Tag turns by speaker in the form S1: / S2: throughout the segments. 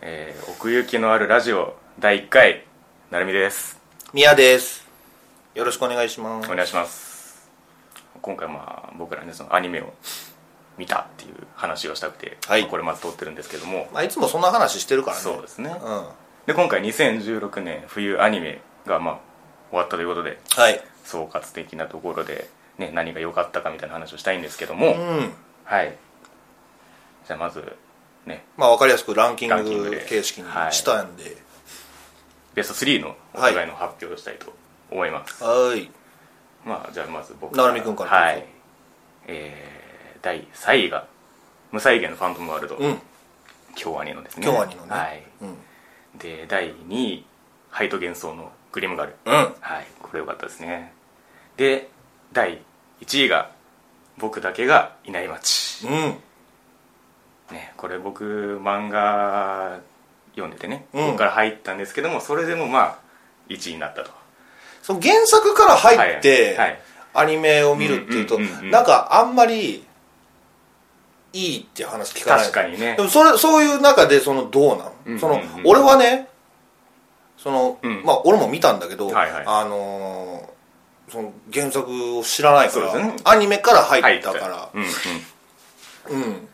S1: えー奥行きのあるラジオ第1回なるみです
S2: 宮ですよろしくお願いします
S1: お願いします今回まあ僕らねそのアニメを見たっていう話をしたくて、
S2: はい
S1: まあこれまず撮ってるんですけども
S2: まあ、いつもそんな話してるからね
S1: そうですね
S2: うん、は
S1: で今回2016年冬アニメがまあ終わったということで
S2: い
S1: 総括的なところで、ね、何が良かったかみたいな話をしたいんですけども、
S2: うん
S1: はいじゃあまずね
S2: まあ分かりやすくランキン
S1: ランキング
S2: グ
S1: で
S2: 形式にしたんで
S1: ベスト3のお互いの発表をしたいと思います、
S2: はい
S1: まあじゃあまず僕
S2: 成美君からどうぞ
S1: はいえー、第3位が「無再現のファントムワールド」
S2: うん
S1: 京アニのですね
S2: 京アニのね
S1: はい
S2: うん
S1: で第2位「ハイと幻想のグリムガル」
S2: うん
S1: はいこれ良かったですねで第1位が「僕だけがいない街
S2: うん」
S1: ねこれ僕漫画読んでてね、
S2: うん
S1: ここから入ったんですけどもそれでもまあ1位になったと
S2: その原作から入って、
S1: はいはい
S2: アニメを見るっていうと、
S1: うんうんうんうん
S2: なんかあんまりいいって話聞かない
S1: 確かにね
S2: でもそれそういう中でそのどうなの,、
S1: うんうんうん
S2: その俺はねその、
S1: うん
S2: まあ俺も見たんだけど、
S1: はいはい
S2: あのーその原作を知らないか
S1: そうです
S2: ら、
S1: ね
S2: アニメから入
S1: 入
S2: っ
S1: った
S2: たから
S1: うんうん
S2: うん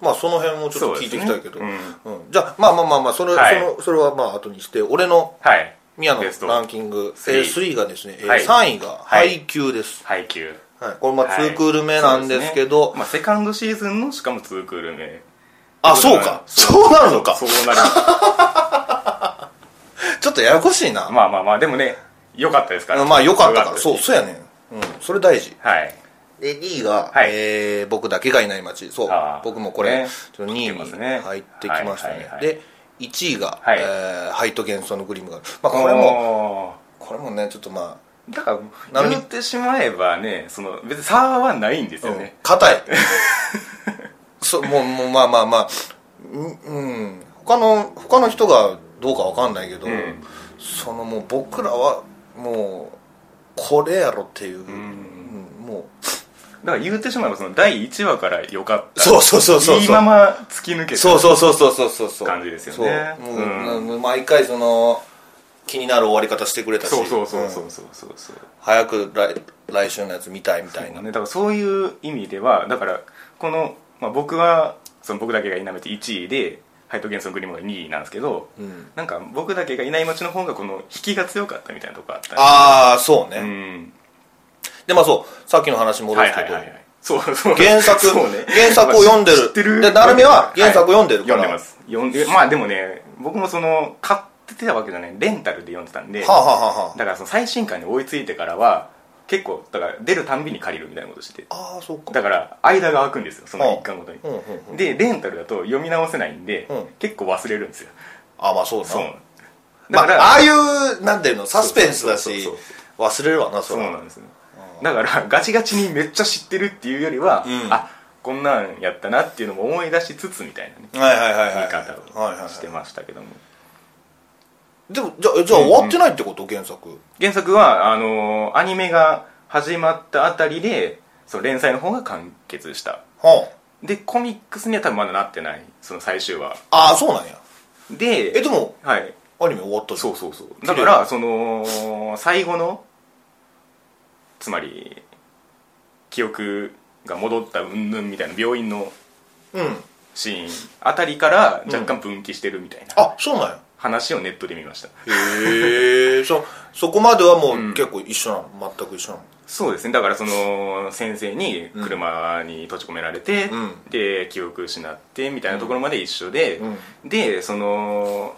S2: まあその辺もちょっと聞いていきたいけ
S1: そ
S2: ど
S1: うですね
S2: うんじゃあまあまあまあまあそれ,、
S1: はい
S2: そのそれはまあ後にして俺の
S1: はい
S2: 宮野
S1: ベスト
S2: のランキング
S1: スリー
S2: A3 がですね、えー
S1: はい
S2: 3位が配給です、
S1: 配給
S2: はいこれまあ2クール目なんですけ
S1: そうで
S2: ど、
S1: すねまあ、セカンドシーズンのしかも2クール目
S2: あそうかそうなるのか
S1: そうなります
S2: ちょっとややこしいな、
S1: まあまあまあでもね良かったですから
S2: まあよかったから
S1: です
S2: そうそうやねん、うん、それ大事
S1: はい
S2: で2位が、
S1: はい
S2: えー僕だけがいない街そう
S1: あー
S2: 僕もこれ、
S1: ね
S2: ちょっと2位に
S1: 来てますね
S2: 入ってきましたね、
S1: はいはいはい
S2: で1位が、
S1: はい
S2: えーハイト幻想のグリムがまあこ
S1: これ
S2: れも
S1: も
S2: これもねちょっとま
S1: だから言ってしまえばねその別に差はないんです
S2: あ
S1: よ
S2: うん
S1: ね、
S2: 硬、い そうもうもうまあまあまあうんうん他の他の人がどうかわかんないけど、
S1: うん
S2: そのもう僕らはもうこれやろっていう、うんもう
S1: だから言ってしまえばその第1話から良かった
S2: そうそうそうそうそう
S1: いいまま突き抜けた
S2: そうそうそうそうそうそうそう
S1: 感じですよね
S2: そう
S1: う
S2: も
S1: ん
S2: うもう毎回その気になる終わり方してくれたし
S1: そうそうそうそ
S2: ん
S1: うそうそうそう
S2: 早く来来週のやつ見たいみたいな
S1: ね、だからそういう意味ではだからこの、まあ、僕はその僕だけがいない街1位でハイト・ゲンソン・グリムが2位なんですけど、
S2: うん
S1: なんか僕だけがいない街の方がこの引きが強かったみたいなとこあったね
S2: ああそうね、
S1: うん
S2: でまあそうさっきの話戻
S1: はい
S2: すけ
S1: はい
S2: ど、
S1: はいはいそうそう
S2: 原作
S1: そうね
S2: 原作を読んでる
S1: 知ってる
S2: で成美は原作を読んでるか
S1: 読
S2: ら
S1: んでます読んでまあでもね僕もその買ってたわけじゃないレンタルで読んでたんで、
S2: はあ、はあはあは
S1: だからその最新刊に追いついてからは結構だから出るたんびに借りるみたいなことしてて
S2: あ、ああそうか
S1: だから間が空くんですよその1巻ごとに、
S2: うんうんうん
S1: でレンタルだと読み直せないんで、
S2: うん
S1: 結構忘れるんですよ
S2: ああまあそうだな
S1: そう
S2: ま
S1: だ
S2: あ
S1: から、、
S2: ああいうなんていうのサスペンスだし
S1: そうそう
S2: 忘れるわな
S1: そ
S2: そ
S1: う
S2: れ
S1: なんですよだからガチガチにめっちゃ知ってるっていうよりは、
S2: うん
S1: あこんなんやったなっていうのも思い出しつつみたいなね
S2: はいはいはいはい
S1: 見方
S2: はいはいは
S1: をして
S2: い
S1: ましたけども、
S2: でもじゃあじゃあ終わってないってこと原作
S1: 原作はあのーアニメが始まったあたりでその連載の方が完結した
S2: は
S1: でコミックスには多分まだなってないその最終話
S2: あああそうなんや
S1: で
S2: えでも
S1: はい
S2: アニメ終わったじゃん
S1: そうそうそうだからその最後のつまり記憶が戻ったうんぬんみたいな病院の
S2: うん
S1: シーンあたりから若干分岐してるみたいな
S2: あそうなんや
S1: 話をネットで見ました、
S2: へえそそこまではもう結構一緒なの、全く一緒なの
S1: そうですねだからその先生に車に閉じ込められて、
S2: うん
S1: で記憶失ってみたいなところまで一緒で、
S2: うん
S1: でその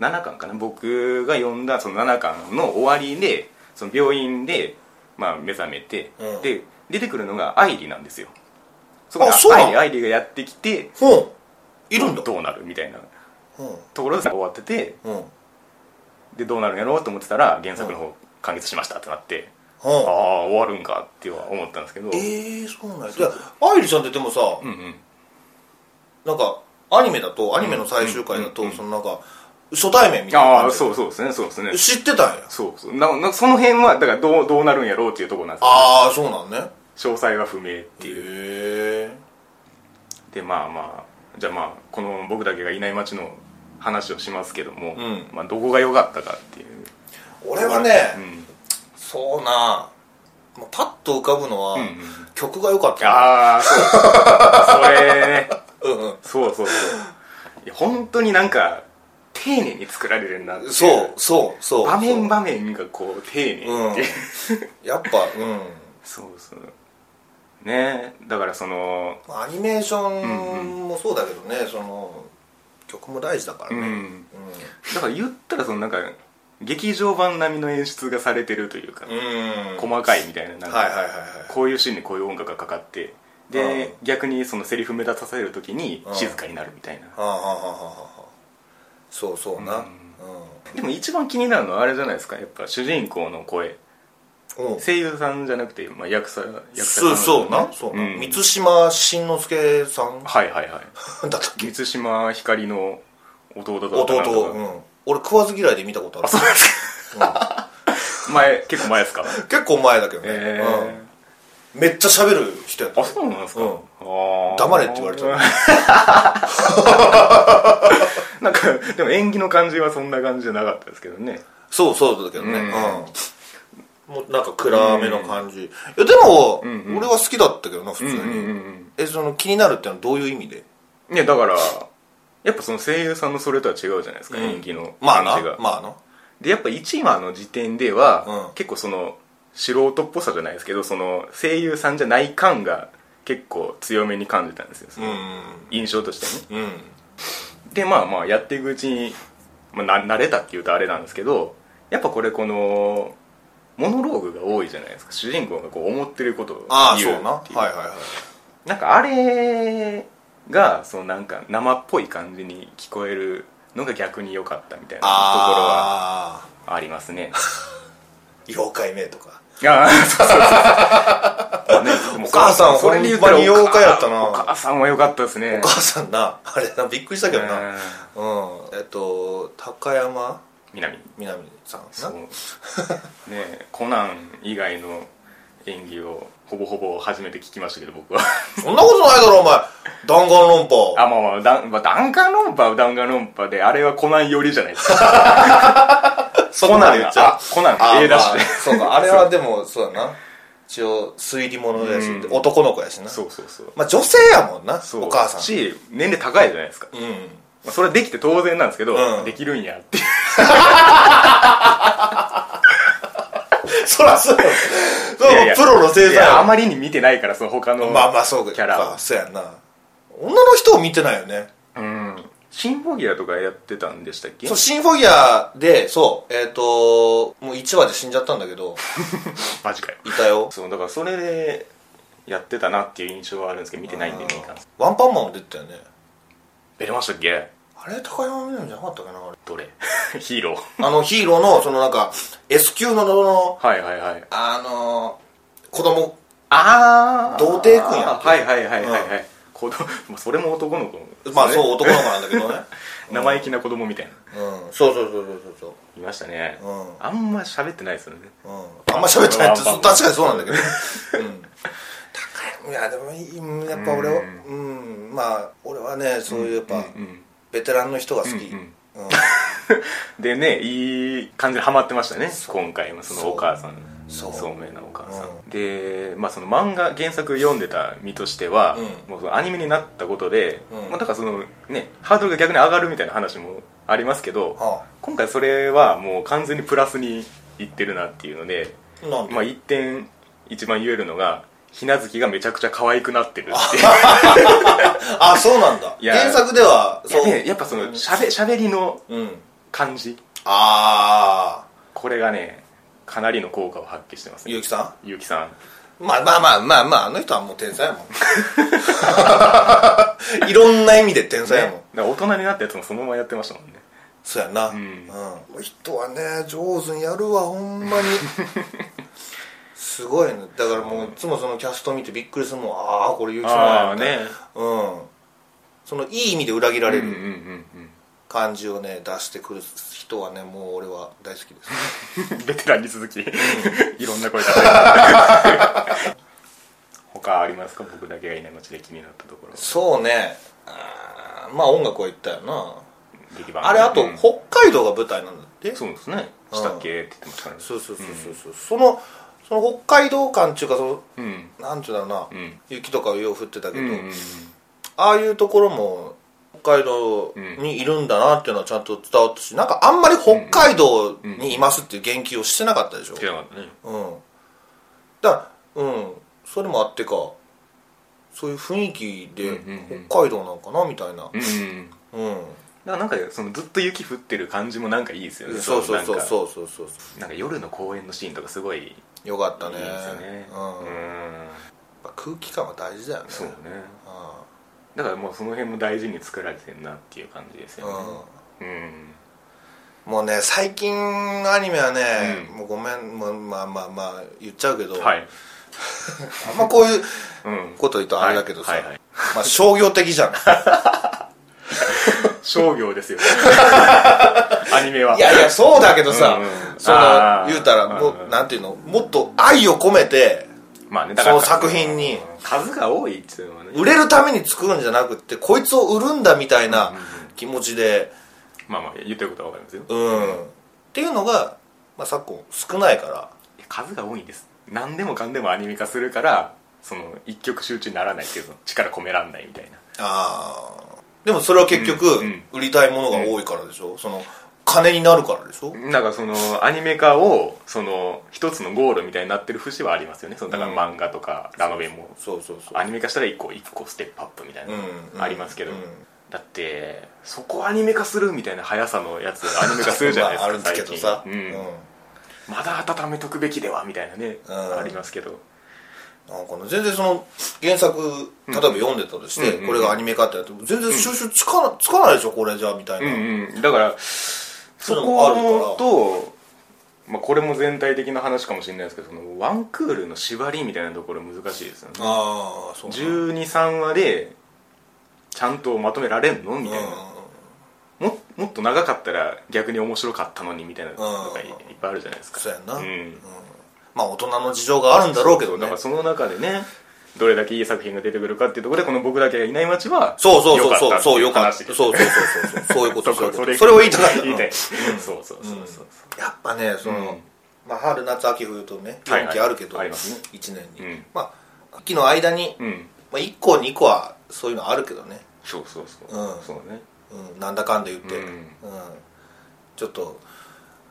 S1: 7巻かな僕が読んだその7巻の終わりでその病院で、まあ、目覚めて、
S2: うん
S1: で出てくるのが愛梨なんですよそこで
S2: あそうなの
S1: 愛梨愛梨がやってきて
S2: ほういるんだ
S1: どうなるみたいな
S2: うん
S1: ところで終わってて
S2: うんうん
S1: でどうなるんやろうと思ってたら原作の方完結しましたってなって、ああ終わるんかっては思ったんですけど
S2: ええそうなんやいや愛梨ちゃんってでもさ、
S1: うんうん
S2: なんかアニメだとアニメの最終回だと、そのなんか初対面みたいな
S1: あ
S2: 感
S1: あ
S2: じで
S1: そうそうですねそうですね
S2: 知ってたんや
S1: そうそうななその辺はだからどうどうなるんやろうっていうところなんです
S2: ああそうなんね
S1: けど詳細は不明っていう
S2: へえ
S1: でまあまじゃあまあこの僕だけがいない町の話をしますけども、
S2: うん
S1: まあ、どこが良かったかっていう
S2: 俺はね、
S1: うん
S2: そうなもうパッと浮かぶのは、
S1: うんうん、
S2: 曲が良かった
S1: ああ そうそれね
S2: うんうん
S1: そうそうそういや本当になんか丁寧に作られるなってい
S2: そうそうそう
S1: 場面場面がこう丁寧っていう、
S2: うんやっぱうん
S1: そうそうねだからその
S2: まあアニメーショ
S1: うん
S2: ンもそうだけどね、その曲も大事だからね、
S1: う
S2: うんん
S1: だから言ったらそのなんか劇場版並みの演出がされてるというか、
S2: うん
S1: 細かいみたいななんか、
S2: はいはいはいはい
S1: こういうシーンにこういう音楽がかかってで、
S2: う
S1: 逆にそのセリフ目立たせる時に
S2: うん
S1: 静かになるみたいな、
S2: はあはあはあはあはあそうそうな
S1: う
S2: うんん、
S1: でも一番気になるのはあれじゃないですかやっぱ主人公の声
S2: うん
S1: 声優さんじゃなくて、まあ、役者役者さん
S2: そうそうなそうな、
S1: ん
S2: 満島真之介さん
S1: はいはいはい
S2: だったっけ
S1: 満島ひかりの弟だったかなと
S2: 弟、
S1: か
S2: うん、俺食わず嫌いで見たことある
S1: 前結構前ですか
S2: 結構前だけどね、
S1: え
S2: うん、めっちゃ喋る人やっ
S1: ー、
S2: た
S1: あそうなんですか、
S2: う
S1: あ
S2: ん
S1: ー
S2: 黙れって言われた
S1: なんかでも演技の感じはそんな感じじゃなかったですけどね
S2: そうそうだけどね、
S1: う
S2: うんんもうなんか暗めの感じ、いやでも、
S1: んうん
S2: 俺は好きだったけどな普通に、
S1: うん
S2: えその気になるってのはどういう意味で
S1: いやだからやっぱその声優さんのそれとは違うじゃないですか、
S2: うん
S1: 演技の
S2: まあ
S1: 感
S2: な
S1: じが、
S2: まあな
S1: でやっぱ1話の時点では、
S2: うん
S1: 結構その素人っぽさじゃないですけどその声優さんじゃない感が結構強めに感じたんですよ、その印象としてね
S2: うんうん
S1: でまあまあやっていくうちに、まあ、な慣れたっていうとあれなんですけどやっぱこれこのモノローグが多いじゃないですか主人公がこう思ってることを
S2: ああそう
S1: 言う
S2: なは
S1: って
S2: い
S1: いう
S2: はいは
S1: なんかあれがそのなんか生っぽい感じに聞こえるのが逆に良かったみたいなところは
S2: ああ
S1: ありますね
S2: 妖怪名とか
S1: ああ そうそうそう、まあね、でも
S2: お母さん
S1: それに言った
S2: ほ
S1: ら
S2: んまに妖怪やったな
S1: お母さんは良かったですね
S2: お母さんなあれなびっくりしたけどな、
S1: うん
S2: うんえっと高山
S1: 南
S2: みなみさんな
S1: そうねえコナン以外の演技をほぼほぼ初めて聞きましたけど 僕は
S2: そんなことないだろお前弾丸論破
S1: あまあまあだんまあ弾丸論破は弾丸論破であれはコナン寄りじゃないですか
S2: そ
S1: コ
S2: こま
S1: ナ
S2: で
S1: ン
S2: 言
S1: が
S2: っちゃ
S1: あコナン
S2: あ
S1: A 出し
S2: まあ
S1: て
S2: そ うかあれはでもそうだな一応推理者やし、
S1: うん
S2: 男の子やしな
S1: そうそうそう
S2: まあ女性やもんな
S1: そう
S2: お母さん
S1: し年齢高いじゃないですか、
S2: うん
S1: まあ、それはできて当然なんですけど、
S2: うん
S1: できるんやっていう
S2: そらそうよそう
S1: いやいや
S2: プロの生
S1: い
S2: 産
S1: やあ
S2: や
S1: まりに見てないからその他の、
S2: まあまあそうか
S1: キャラは
S2: そうやんな女の人を見てないよね
S1: うんシンフォギアとかやってたんでしたっけ
S2: そうシンフォギアでそうえっ、ともう1話で死んじゃったんだけ ど
S1: マジかよ
S2: いたよ
S1: そうだからそれでやってたなっていう印象はあるんですけど見てないんでね
S2: ワンパンマンも出てたよね
S1: 出てましたっけ
S2: あれ高山みなみじゃなかったかなあれ
S1: どれ ヒーロー
S2: あのヒーローのそのなんか S 級ののの
S1: はいはいはい
S2: あのー、子供
S1: ああ
S2: 童貞君やんけ
S1: はいはいはいはいはい、子供 まあそれも男の子、
S2: まあそう男の子なんだけ どね
S1: 生意気な子供みたいな
S2: うんそうそうそうそうそう
S1: いましたね、
S2: うん
S1: あんま喋ってないですよね
S2: そう、うん、あんま喋ってないって
S1: まあ
S2: そう確かにそうなんだけどうん高いいやでもいいうんやっぱ俺はうんまあ俺はねそういうやっぱ、
S1: うん
S2: ベテランの人が好き、
S1: うん
S2: うん
S1: でねいい感じでハマってましたね今回もその
S2: そう
S1: お母さん
S2: そう
S1: 明なお母さん、
S2: う
S1: で、まあ、その漫画原作読んでた身としては、
S2: うん
S1: もうそのアニメになったことで、
S2: うん
S1: まあ、だからそのねハードルが逆に上がるみたいな話もありますけど、
S2: は
S1: 今回それはもう完全にプラスにいってるなっていうので、
S2: あなんで、
S1: まあ、一点一番言えるのがひなずきがめちゃくちゃ可愛くなってるっていう
S2: あそうなんだ
S1: いや
S2: 原作では そ う
S1: でやっぱそのしゃべしゃべりの
S2: うん
S1: 感じ
S2: ああ
S1: これがねかなりの効果を発揮してますね
S2: 結城さ
S1: ゆうきさん
S2: んまあまあまあまあまああの人はもう天才やも ん いろんな意味で天才やもん、
S1: ねだから大人になったやつもそのままやってましたもんね
S2: そうやな、うん人はね上手にやるわほんま にすごいねだからもういつもそのキャスト見てびっくりするもんああこれ結城さんやみたいな
S1: あーね
S2: うんそのいい意味で裏切ら
S1: うん
S2: れ
S1: うんうん
S2: る感じをね出してくる人はねもう俺は大好きです
S1: うんベテランに続きいろんな声出して る他ありますか僕だけがいない街で気になったところ
S2: そうねあまあ音楽は言ったよな
S1: 劇場版
S2: あれあと
S1: うん
S2: 北海道が舞台なんだって
S1: そうですねしたっけって言ってましたからね
S2: そうそうそうそうそうそのその北海道感っていうかそ
S1: うん
S2: のなんていうんだろうな、
S1: うん
S2: 雪とかをよう降ってたけ
S1: う
S2: ど、
S1: んうん
S2: ああいうところも北海道にいるんだなっていうのはちゃんと伝わったしなんかあんまり北海道にいますっていう言及をしてなかったでしょ、
S1: 聞けなかったね
S2: うん、だからうんそれもあってかそういう雰囲気で
S1: うんうんうん
S2: 北海道なんかなみたいな
S1: うんうんうん
S2: うん、
S1: だからなんかそのずっと雪降ってる感じもなんかいいですよね
S2: そうそうそう
S1: う
S2: そうそうそう
S1: なんか夜の公園のシーンとかすごいいいで
S2: よかったね
S1: すよね
S2: うん
S1: う
S2: やっ
S1: ん
S2: ぱ空気感は大事だよね
S1: そうね
S2: あ
S1: だからもうその辺も大事に作られてるなっていう感じです
S2: あうん
S1: よねうん
S2: もうね最近のアニメはね、
S1: うん
S2: もうごめんまあまあまあ、まあ、言っちゃうけど、
S1: はい
S2: あんまこういう
S1: うん
S2: こと言うとあれだけどさ、
S1: はいはいはい
S2: まあ、商業的 じゃん
S1: 商業 ですよアニメはい
S2: やいやそうだけどさ、
S1: うんうん
S2: そ
S1: あ
S2: の
S1: ー
S2: 言うたらもう、
S1: うんうん
S2: なんていうのもっと愛を込めて
S1: まあねだから
S2: その作品に
S1: 数が多いっていうのはね
S2: 売れるために作るんじゃなくてこいつを売るんだみたいな気持ちで
S1: まあまあ言ってることはわかりますよ
S2: うん、っていうのが、まあ、昨今少ないから
S1: いや数が多いんです何でもかんでもアニメ化するからその一極集中にならないっていうの力込めらんないみたいな
S2: ああでもそれは結局、
S1: うんうん
S2: 売りたいものが多いからでしょ、その金になるからでしょ、
S1: なんかそのアニメ化をその一つのゴールみたいになってる節はありますよねそのだから
S2: うん
S1: 漫画とかラノベも
S2: そうそうそう
S1: アニメ化したら一個一個ステップアップみたいな
S2: うん
S1: ありますけど
S2: うん
S1: だってそこアニメ化するみたいな速さのやつアニメ化するじゃないですか
S2: まあ、あるんですけどさ、
S1: 最近うんまだ温めとくべきではみたいなね
S2: うん
S1: ありますけど
S2: なんかね全然その原作例えば読んでたとして、
S1: うん
S2: これがアニメ化ってやっても全然収集つかな,、つかないでしょこれじゃみたいな、
S1: うんうんだからそ
S2: れもあるから
S1: こと、まあ、これも全体的な話かもしれないですけどそのワンクールの縛りみたいなところ難しいですよね
S2: ああそうね
S1: 1 2 3話でちゃんとまとめられんのみたいな、
S2: う
S1: ももっと長かったら逆に面白かったのにみたいなのがい
S2: うん
S1: いっぱいあるじゃないですか
S2: そうやんな
S1: うん
S2: まあ大人の事情があるんだろうけど
S1: だ
S2: ね
S1: からその中でねどれだけいい作品が出てくるかっていうところでこの僕だけがいない街は
S2: そうそうそう
S1: 良
S2: そうそうよ
S1: か
S2: か
S1: っ
S2: っ
S1: っ
S2: た
S1: て
S2: た
S1: いう話です
S2: そうそうそうそう そういうことそういうこ
S1: そ
S2: と
S1: れ
S2: それを言いたかったの
S1: 言いたいそうそうそうそう
S2: やっぱねその、
S1: うん
S2: まあ、春夏秋冬とね
S1: はい
S2: 4期あるけど、
S1: ありますね
S2: 1年に、
S1: うん
S2: まあ秋の間に、
S1: うん、うん
S2: まあ、1個2個はそういうのあるけどね、
S1: そうそうそう、
S2: うん
S1: そうね
S2: うん、なんだかんだ言って、
S1: うん
S2: ちょっと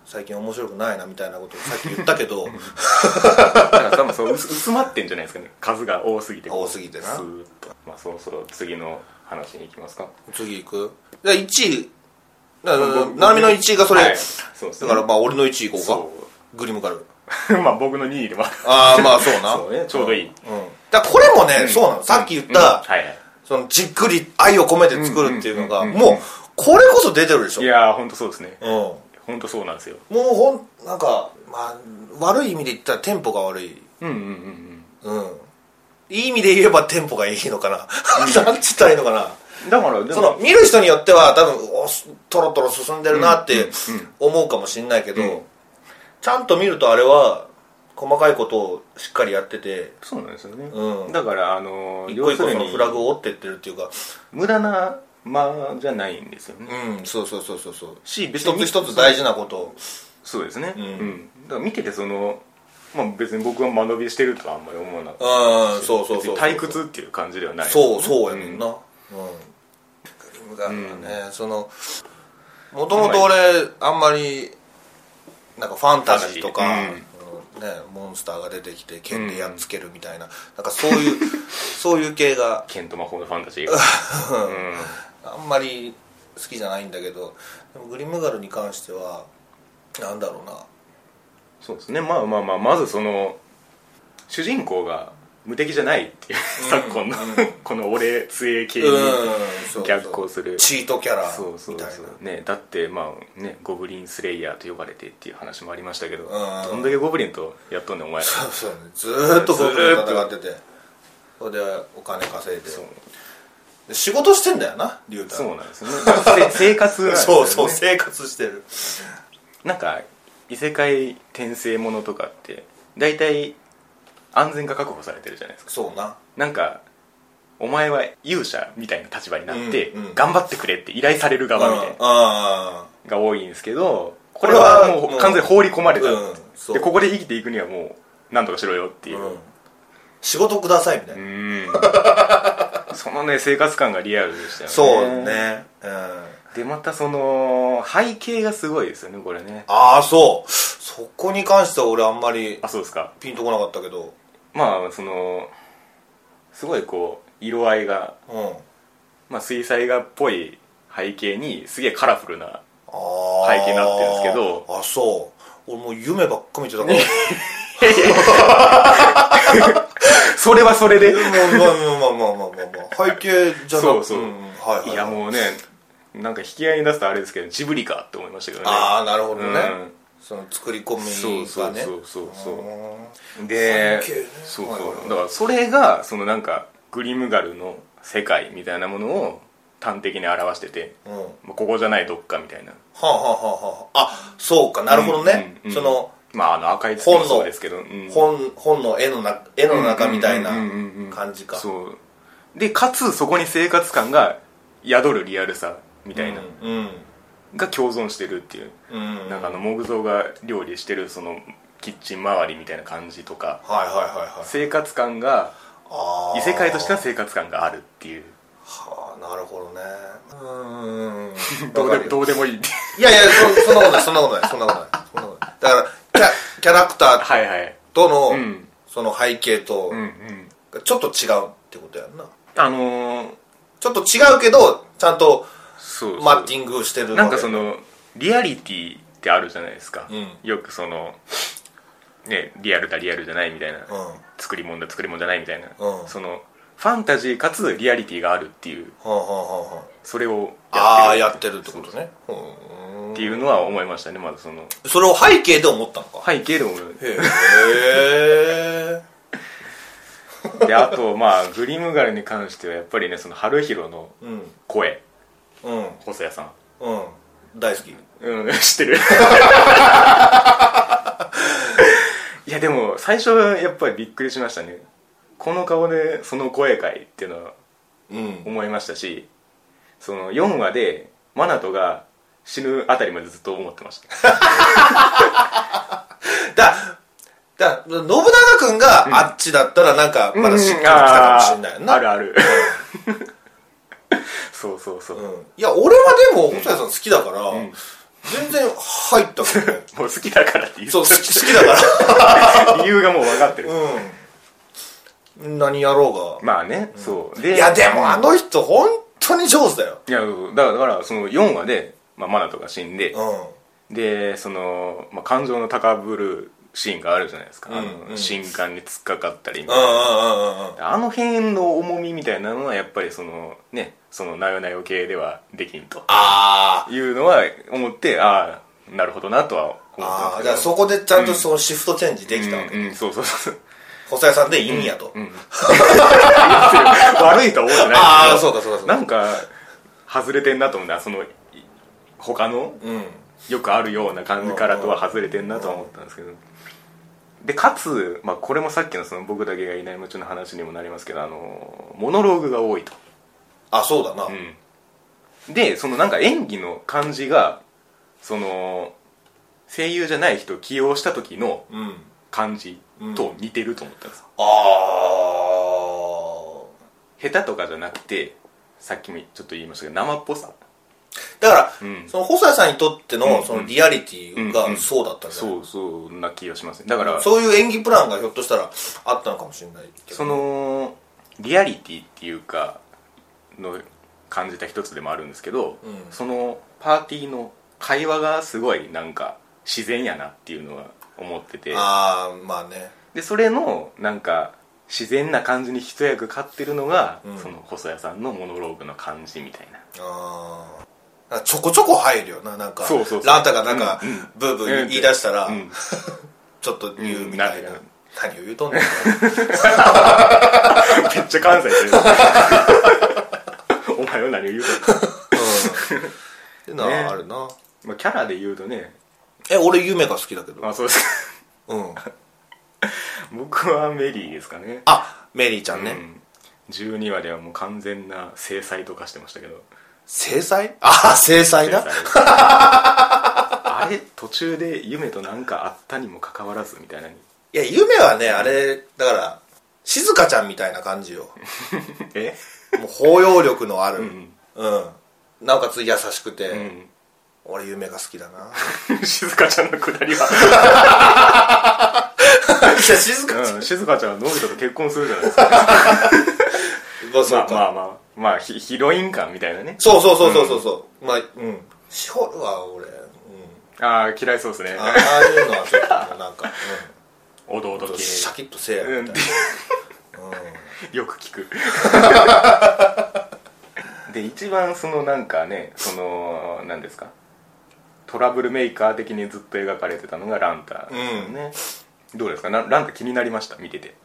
S2: 最近面白くないなみたいなことをさっき言った けど
S1: だから多分そう薄薄まってんじゃないですかね数が多すぎて
S2: 多すぎてな
S1: スーッとまあそろそろ次の話に行きますか
S2: 次行くじゃあ1位だから
S1: 僕
S2: ななみの1位がそれ、
S1: はいそうです
S2: だ
S1: ね
S2: からまあ俺の1位行こ
S1: そう
S2: かグリムカル
S1: うまあ僕の2位でもある
S2: ああまあそうな
S1: そうねちょうどいい
S2: んんだからこれもね、そうなのさっき言った、
S1: うんはいはい
S2: そのじっくり愛を込めて作るっていうのが、
S1: うんうんうんうん
S2: もうこれこそ出てるでしょ
S1: いやー本当そうですね
S2: うん、も
S1: 本当そうなんですよ
S2: うほんなんか、まあ、悪い意味で言ったらテンポが悪い
S1: うんうんうんうん
S2: うんいい意味で言えばテンポがいいのかな、なんつったらいいのかな
S1: だからでも
S2: その見る人によっては多分おすトロトロ進んでるなって思うかもしれないけど、
S1: うん
S2: ちゃんと見るとあれは細かいことをしっかりやってて
S1: そうなんですよね、
S2: うん
S1: だからあのー
S2: 一個一個
S1: 要す
S2: そ
S1: る
S2: の
S1: に
S2: フラグを折ってってるっていうか
S1: 無駄な間じゃないんですよね、
S2: うんそうそうそうそうそう
S1: し別
S2: 一
S1: に
S2: つ一つ大事なことを
S1: そうですね、
S2: うん
S1: だから見ててその、まあ、別に僕は間延びしてるとはあんまり思わなくて
S2: うんそうそうそうそう
S1: 退屈っていう感じではない
S2: そうそうやねんなうんグリムガルはね、そのもともと俺あんまりなんかファンタジーとか、
S1: うん
S2: うんね、モンスターが出てきて剣でやっつけるみたいな,、なんかそういう そういう系が
S1: 剣と魔法のファンタ ジーが、うん
S2: あんまり好きじゃないんだけどでもグリムガルに関してはなんだろうな
S1: そうですねまあまあまあまずその主人公が無敵じゃないっていう、
S2: うん
S1: 昨今の、
S2: うん
S1: この俺杖系に
S2: うん
S1: 逆行する
S2: チートキャラ
S1: そうそ
S2: み
S1: う
S2: たいな
S1: そうねだってまあねゴブリンスレイヤーと呼ばれてっていう話もありましたけど
S2: ん
S1: どんだけゴブリンとやっとんねんお前ら
S2: そうそうねずーっとゴブリンと戦っててそれでお金稼いで
S1: そう
S2: で仕事してんだよな竜太
S1: そうなんですよねだからせ生活なんですよね
S2: そうそう生活してる
S1: なんか異世界転生ものとかって大体安全が確保されてるじゃないですか
S2: そうな
S1: なんかお前は勇者みたいな立場になって、
S2: うんうん
S1: 頑張ってくれって依頼される側みたいな、
S2: あ
S1: が多いんですけどこ
S2: こ
S1: れ
S2: れ
S1: は
S2: は
S1: もう
S2: もう
S1: 完全に放り込まれた、
S2: うんそう
S1: でここで生きていくにはもうなんとかしろよっていう、
S2: うん仕事くださいみたいな、
S1: うんそのね生活感がリアルでしたよね
S2: そうね、うん、あ
S1: でまたその背景がすごいですよねこれね
S2: あそうそこに関しては俺あんまり
S1: あそうですか
S2: ピンとこなかったけど
S1: まあそのすごいこう色合いが、
S2: うん
S1: まあ、水彩画っぽい背景にすげえカラフルな
S2: ああ
S1: 背景になってるんですけど
S2: あそう俺もう夢ばっか見てたから
S1: それはそれで
S2: まあまあまあまあまあまあまあ背景じゃなく
S1: そうそうん
S2: んはいはい
S1: いやもうねなんか引き合いに出すとあれですけどジブリかって思いましたけどね
S2: ああなるほどね、
S1: うん
S2: その作り込みがね
S1: そうそうそうそうそう
S2: うん
S1: うで
S2: 背景ね
S1: そう
S2: はいはいは
S1: そう
S2: い
S1: だからそれがそのなんかグリムガルの世界みたいなものを端的に表してて
S2: うんは
S1: まあここじゃないどっかみたいな
S2: あはあはあはああそうかなるほどね、
S1: うんうんうん
S2: その
S1: まああの赤い月もそうですけどうん
S2: 本本の絵のな絵の中みたいな
S1: うんうんうんうん
S2: 感じか
S1: そうでかつそこに生活感が宿るリアルさみたいな
S2: うん
S1: が共存してるっていう
S2: うん、うん、
S1: なんかあの木造が料理してるそのキッチン周りみたいな感じとか
S2: はいはいはいはい
S1: 生活感が
S2: あー
S1: 異世界としての生活感があるっていう
S2: はあなるほどねうん
S1: どう
S2: わ
S1: で
S2: か
S1: も
S2: るよ
S1: どうでもい いって
S2: いやいやそそんなことないそんなことないそんなことないそんなことないだからキャキャラクター
S1: はいはい
S2: との、
S1: うん
S2: その背景と
S1: うんうん
S2: がちょっと違うってことやんな、
S1: あのー、
S2: ちょっと違うけどちゃんと
S1: そうそう
S2: マッティングしてるわけ
S1: なんかそのリアリティってあるじゃないですか、
S2: うん
S1: よくそのねリアルだリアルじゃないみたいな、
S2: うん
S1: 作り物だ作り物じゃないみたいな、
S2: うん
S1: そのファンタジーかつリアリティがあるっていう
S2: はあはあはあはあ
S1: それを
S2: ああや
S1: っ
S2: ってるってことねうん
S1: ていうのは思いましたねまずその
S2: それを背景で思ったのか
S1: 背景でも思う
S2: へえ
S1: であとまあグリムガルに関してはやっぱりねその春広の
S2: うん
S1: 声
S2: うん
S1: 細谷さん
S2: うん大好き
S1: うん 知ってるいやでも最初はやっぱりびっくりしましたねこの顔でその声かいっていうのは
S2: うん
S1: 思いましたしその4話でマナトが死ぬあたりまでずっと思ってました
S2: だだ信長君があっちだったらなんかまだしっくりきたかもしれないよな
S1: あるあるそうそうそう、
S2: う
S1: も
S2: んいや俺はでも細谷さん好きだから全然入ったけどね
S1: う好きだからって言う
S2: そう好き好きだから
S1: 理由がもう分かってる、
S2: うん何やろう
S1: まあね、そう
S2: が
S1: で
S2: いやでもあの人本当に上手だよ
S1: いやそうだからだからその4話で、まあ、マナトが死んで、
S2: う
S1: でその、まあ、感情の高ぶるシーンがあるじゃないですか、あ
S2: うんう
S1: の
S2: ん
S1: 新刊に突っかかったりみた
S2: ん
S1: いな
S2: うんうんうんうん
S1: あの辺の重みみたいなのはやっぱりそのねそのなよなよ系ではできんと
S2: あー
S1: いうのは思ってああなるほどなとは思ってま
S2: あ
S1: すけ
S2: ーじ
S1: ど
S2: ゃあそこでちゃんとそのシフトチェンジできたわけ
S1: うん、うん、そうそうそう
S2: 細谷さんでいいんやと
S1: 悪いとは思ってない
S2: ああ
S1: です
S2: そうかそうかそ
S1: けどな
S2: うか
S1: んか外れてんなと思うなそのい他の
S2: うん
S1: よくあるような感じからとは外れてんなとは思ったんですけどでかつ、まあ、これもさっきのその僕だけがいない夢中の話にもなりますけどあのモノローグが多いと
S2: あそうだな
S1: うん、でそのなんか演技の感じがその声優じゃない人を起用した時の
S2: うん
S1: 感じと似てると思ったんです、
S2: ああ
S1: 下手とかじゃなくてさっきもちょっと言いましたけど生っぽさ
S2: だから
S1: うん
S2: その細谷さんにとって
S1: うんうん
S2: のそのリアリティ
S1: うんうん
S2: がそうだったんじゃない
S1: そうそんな気がしますねだからそ
S2: そういう演技プランがひょっとしたらあったのかもしれないけど
S1: のリアリティっていうかの感じた一つでもあるんですけど、
S2: うん
S1: そのパーティーの会話がすごいなんか自然やなっていうのは思ってて
S2: ああまあね
S1: でそれのなんか自然な感じに一役買ってるのが、
S2: うん
S1: その細谷さんのモノローグの感じみたいな
S2: あーなんかちょこちょこ入るよななんか
S1: そうそうそう
S2: ランタがなんか、ブーブー言い出したら、
S1: うん
S2: ちょっと言うみたいな、
S1: うんなる
S2: 何を言う とんねん
S1: めっちゃ関西してる お前は何を言うか、
S2: うんっての
S1: ね
S2: はあるな、
S1: まあ、キャラで言うとね
S2: え俺夢が好きだけど
S1: まあそうです
S2: うん
S1: 僕はメリーですかね
S2: あメリーちゃんね、
S1: うん12話ではもう完全な制裁とかしてましたけど
S2: 制裁 ああ制裁だ
S1: 制裁あれ途中で夢となんかあったにもかかわらずみたいなに
S2: いや夢はねあれだから静香ちゃんみたいな感じよ
S1: え
S2: もう包容力のあるうんん、なおかつ優しくて、
S1: うん
S2: 俺夢が好きだな
S1: 静香ちゃんのくだりは、
S2: いや静香ちゃん、
S1: うん、静香ちゃんはのび太と結婚するじゃないですか
S2: まあそう
S1: まあ
S2: か、
S1: まあまあまあヒヒロイン感みたいなね
S2: そうそうそうそうそうそうまあうん絞るわ俺、うん、
S1: ああ嫌いそうですね
S2: あああいうのはちょっともうなんか、
S1: おどおど
S2: うん、
S1: 系
S2: シャキッとせえやみたいな、
S1: よく聞 くで一番そのなんかねその何ですかトラブルメーカー的にずっと描かれてたのがランタですよね、どうですかラランタ気になりました見てて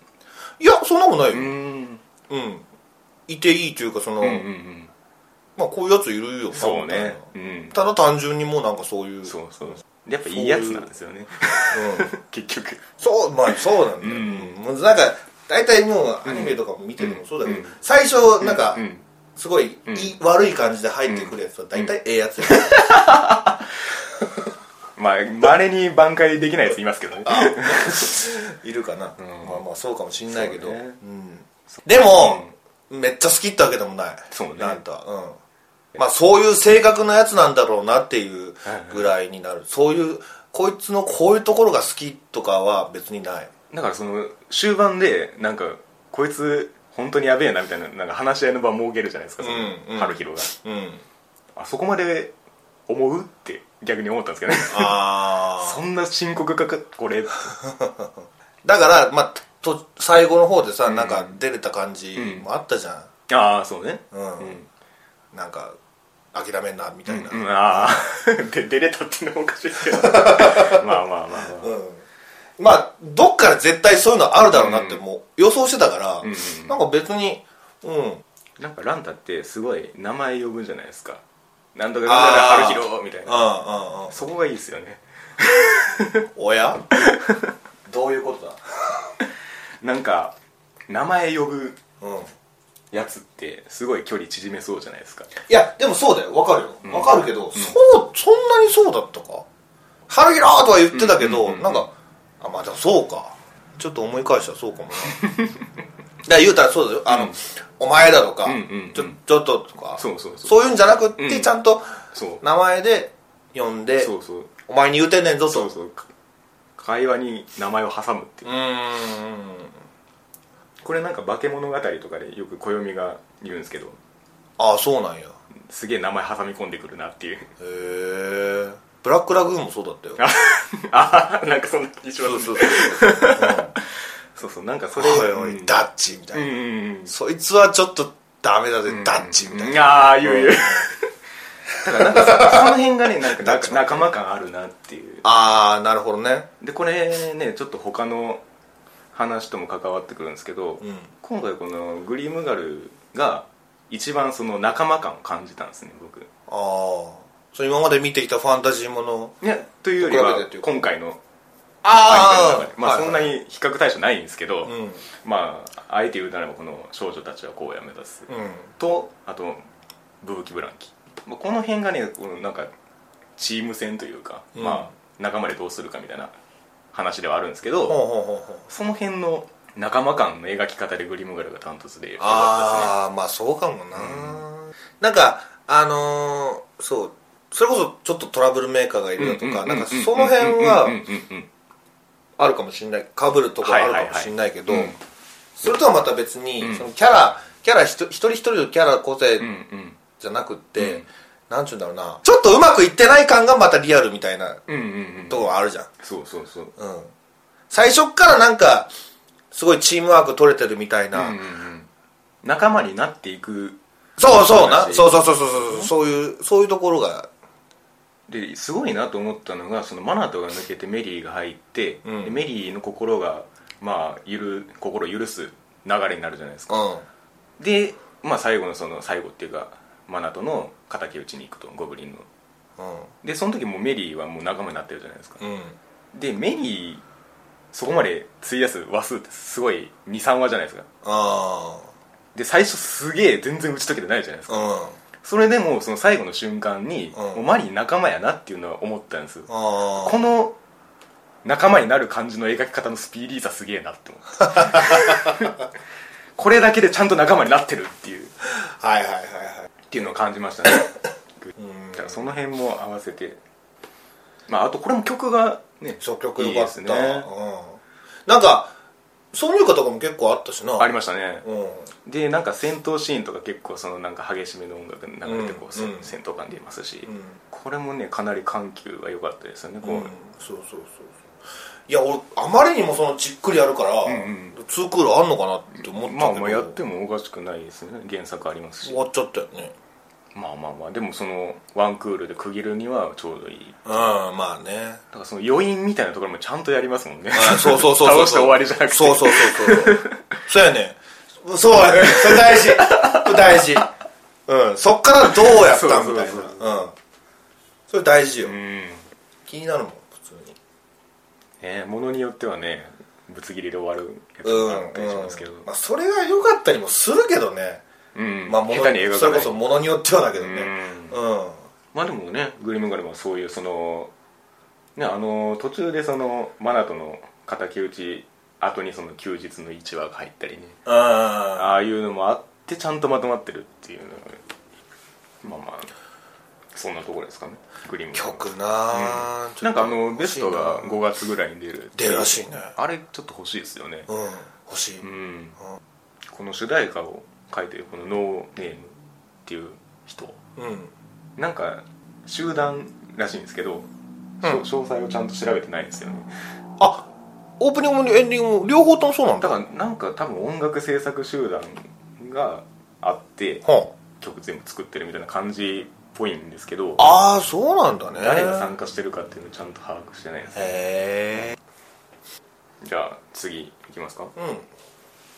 S2: いやそんなことないよ
S1: う、ん
S2: うん、いていいというかその、
S1: うんうんうん
S2: まあこういうやついるよな
S1: そうね
S2: み
S1: う
S2: たいなんただ単純にもうなんかそういう
S1: そうそうやっぱいいやつなんですよね
S2: うん
S1: 結局
S2: そうまあそうなんだよ、うんもうなんか大体もうアニメとかも見てるのもそうだけど、最初なんか
S1: うん
S2: すごいいい、悪い感じで入ってくるやつは大体ええやつや、
S1: まあまれに挽回できないやついますけどね
S2: いるかな、まあまあそうかもしんないけど、
S1: そう
S2: う
S1: ね
S2: ん、でも、めっちゃ好きってわけでもない
S1: そうね
S2: なんとはうんまあそういう性格のやつなんだろうなっていうぐらいになる、そういうこいつのこういうところが好きとかは別にない
S1: だからその終盤でなんかこいつ本当にやべえなみたいななんか話し合いの場設けるじゃないですかその
S2: うんうん
S1: 春広が
S2: うん
S1: あそこまで思うって逆に思ったんですけどね
S2: ああ
S1: そんな深刻かかこれ
S2: だから、まあ、と最後の方でさ、なんか出れた感じもあったじゃ
S1: ああそうね
S2: ん、うんなんか諦めんなみたいな、
S1: うんああ で出れたっていうのもおかしいです けどまあまあまあ、まあ
S2: うんまあどっから絶対そういうのあるだろうなってもう予想してたから、
S1: ん
S2: なんか別にうん
S1: なんかランタってすごい名前呼ぶじゃないですかなんとかなん
S2: あー
S1: とか春広みたい
S2: うんう
S1: なん
S2: うん
S1: そこがいいですよね
S2: お やどういうことだ
S1: なんか名前呼ぶ
S2: うん
S1: やつってすごい距離縮めそうじゃないですか
S2: いやでもそうだよわかるよわかるけど、そうそんなにそうだったか「春日ら!」とは言ってたけど、
S1: うんうんうんうん
S2: なんかあまあでもそうかちょっと思い返したらそうかもな だから言うたらそうだよあの、お前だ」とか、
S1: んうん
S2: ちょ「ちょっと」とか
S1: そうそうそう
S2: いうんじゃなくって、
S1: うん
S2: ちゃんと
S1: そう
S2: 名前で呼んで
S1: そうそう
S2: お前に言うてんねんぞと
S1: そうそうか会話に名前を挟むっていう
S2: うーん
S1: これなんか化け物語とかでよく暦が言うんですけど
S2: ああそうなんやへ
S1: すげえ名前挟み込んでくるなって いう
S2: えブラックラグーンもそうだったよ
S1: ああなんかそんな一番
S2: そうそうそう、
S1: そうそうなんかそれ
S2: うんおいお
S1: う
S2: い
S1: ん
S2: ダッチみた
S1: う
S2: い
S1: ん
S2: な、
S1: うんうん
S2: そいつはちょっとダメだぜ、ダッチみたいな、
S1: ああ言う言う だからなんかそその辺がねなん か仲仲間感あるなっていう
S2: ああなるほどね
S1: でこれねちょっと他の話とも関わってくるんですけど、
S2: うん
S1: 今回このグリムガルが一番その仲間感を感じたんですね僕
S2: ああそう今まで見てきたファンタジーもの
S1: いやというよりは
S2: 比べてっていうか
S1: 今回のアニメの
S2: あ
S1: 中でまあそんな
S2: に
S1: に比較対象ないんですけど、
S2: うん
S1: まああえて言うならばこの少女たちは荒野を目指す、
S2: うん
S1: とあとブブキブランキ、まあ、この辺がねこのなんかチーム戦というか、
S2: うん
S1: まあ仲間でどうするかみたいな話ではあるんですけど、
S2: ほうほうほうほう
S1: その辺の仲間感の描き方でグリムガルがダントツでよかっ
S2: ああまあそうかもな、なんかあのーそうそれこそちょっとトラブルメーカーがいるだ
S1: たです
S2: と
S1: ね
S2: かなんかその辺は
S1: うんうんうんうん
S2: あるかもしれないかぶるところあるかもしれないけど、
S1: はいはいはいうん
S2: それとはまた別に、
S1: うん
S2: そのキャラキャラひと一人一人のキャラ個性
S1: うんうん
S2: じゃなくって、
S1: うん
S2: なんちゅうんだろうなちょっとうまくいってない感がまたリアルみたいな
S1: うんうんうん
S2: とこあるじゃん、
S1: そうそうそう
S2: うん、最初っからなんかすごいチームワーク取れてるみたいな、
S1: うんうんうん仲間になっていく
S2: そうそうな
S1: 話
S2: そうそうそうそうそうそういうそういうところが
S1: ですごいなと思ったのがそのマナトが抜けてメリーが入って、
S2: うん
S1: でメリーの心がまあゆる心を許す流れになるじゃないですか
S2: うん
S1: で、まあ、最後のその最後っていうかマナトの敵討ちに行くとゴブリンの
S2: う
S1: でその時もうメリーはもう仲間になってるじゃないですか、
S2: ん、うん、
S1: でメリーそこまで費やす話数ってすごい23話じゃないですか
S2: ああ
S1: で最初すげえ全然打ち解けてないじゃないですか
S2: うんあ
S1: それでもその最後の瞬間に、
S2: うん
S1: もうマリー仲間やなっていうのは思ったんですよ
S2: あ
S1: この仲間になる感じの描き方のスピーディーさすげえなって思って これだけでちゃんと仲間になってるっていうっ
S2: はいはいはいはい
S1: ていうのを感じましたねだからその辺も合わせてまああとこれも曲がね
S2: そう曲
S1: い
S2: 良
S1: い
S2: か
S1: で
S2: った
S1: す
S2: う
S1: ね
S2: ん、なんか挿入歌とかも結構あったしな
S1: ありましたね
S2: うん
S1: でなんか戦闘シーンとか結構そのなんか激しめの音楽に流れてこう、
S2: うんうん
S1: 戦闘感出ますし、
S2: うん
S1: これもねかなり緩急が良かったですよねこう、
S2: うんそうそうそうそういや俺あまりにもそのじっくりやるから、
S1: ん
S2: ツークールあんのかなって思ったけど
S1: まあまあやってもおかしくないですね原作ありますし
S2: 終わっちゃったよね
S1: まあまあまあでもそのワンクールで区切るにはちょうどいい
S2: うんまあね
S1: だからその余韻みたいなところもちゃんとやりますも んね
S2: あそうそうそうそう
S1: 倒して終わりじゃなくて
S2: そうそうそうそうそうそうやねそうやねそれ大事それ大事うんそっからどうやったみたいな
S1: そうそう
S2: うんそれ大事よ、
S1: うん
S2: 気になるもん普通に
S1: ねものによってはねぶつ切りで終わるやつ
S2: うん
S1: もあったりしますけど
S2: うんまあ、それが良かったりもするけどね、
S1: うん、
S2: まあ、もの
S1: 下手に描
S2: そ
S1: か
S2: れ
S1: な
S2: こ
S1: い
S2: そものによってはだけどね
S1: うん
S2: うん、
S1: まあでもねグリムガルもそういうそのねあの途中でそのマナとの敵討ち後にその休日の一話が入ったりね
S2: あ
S1: ああいうのもあってちゃんとまとまってるっていうのがまあまあそんなところですかねグリムガル
S2: 曲な、ぁ
S1: なんかあのベストが5月ぐらいに出る
S2: 出るらしいね
S1: あれちょっと欲しいですよね
S2: うん欲しい、
S1: うん、この主題歌を書いてるこのノーネームっていう人
S2: うん
S1: なんか集団らしいんですけど、詳詳細をちゃんと調べてないんですよね
S2: あオープニングもエンディングも両方ともそうなんだ
S1: だからなんか多分音楽制作集団があって
S2: は
S1: 曲全部作ってるみたいな感じっぽいんですけど
S2: ああーそうなんだね
S1: 誰が参加してるかっていうのをちゃんと把握してないです
S2: へえ
S1: じゃあ次いきますか
S2: うん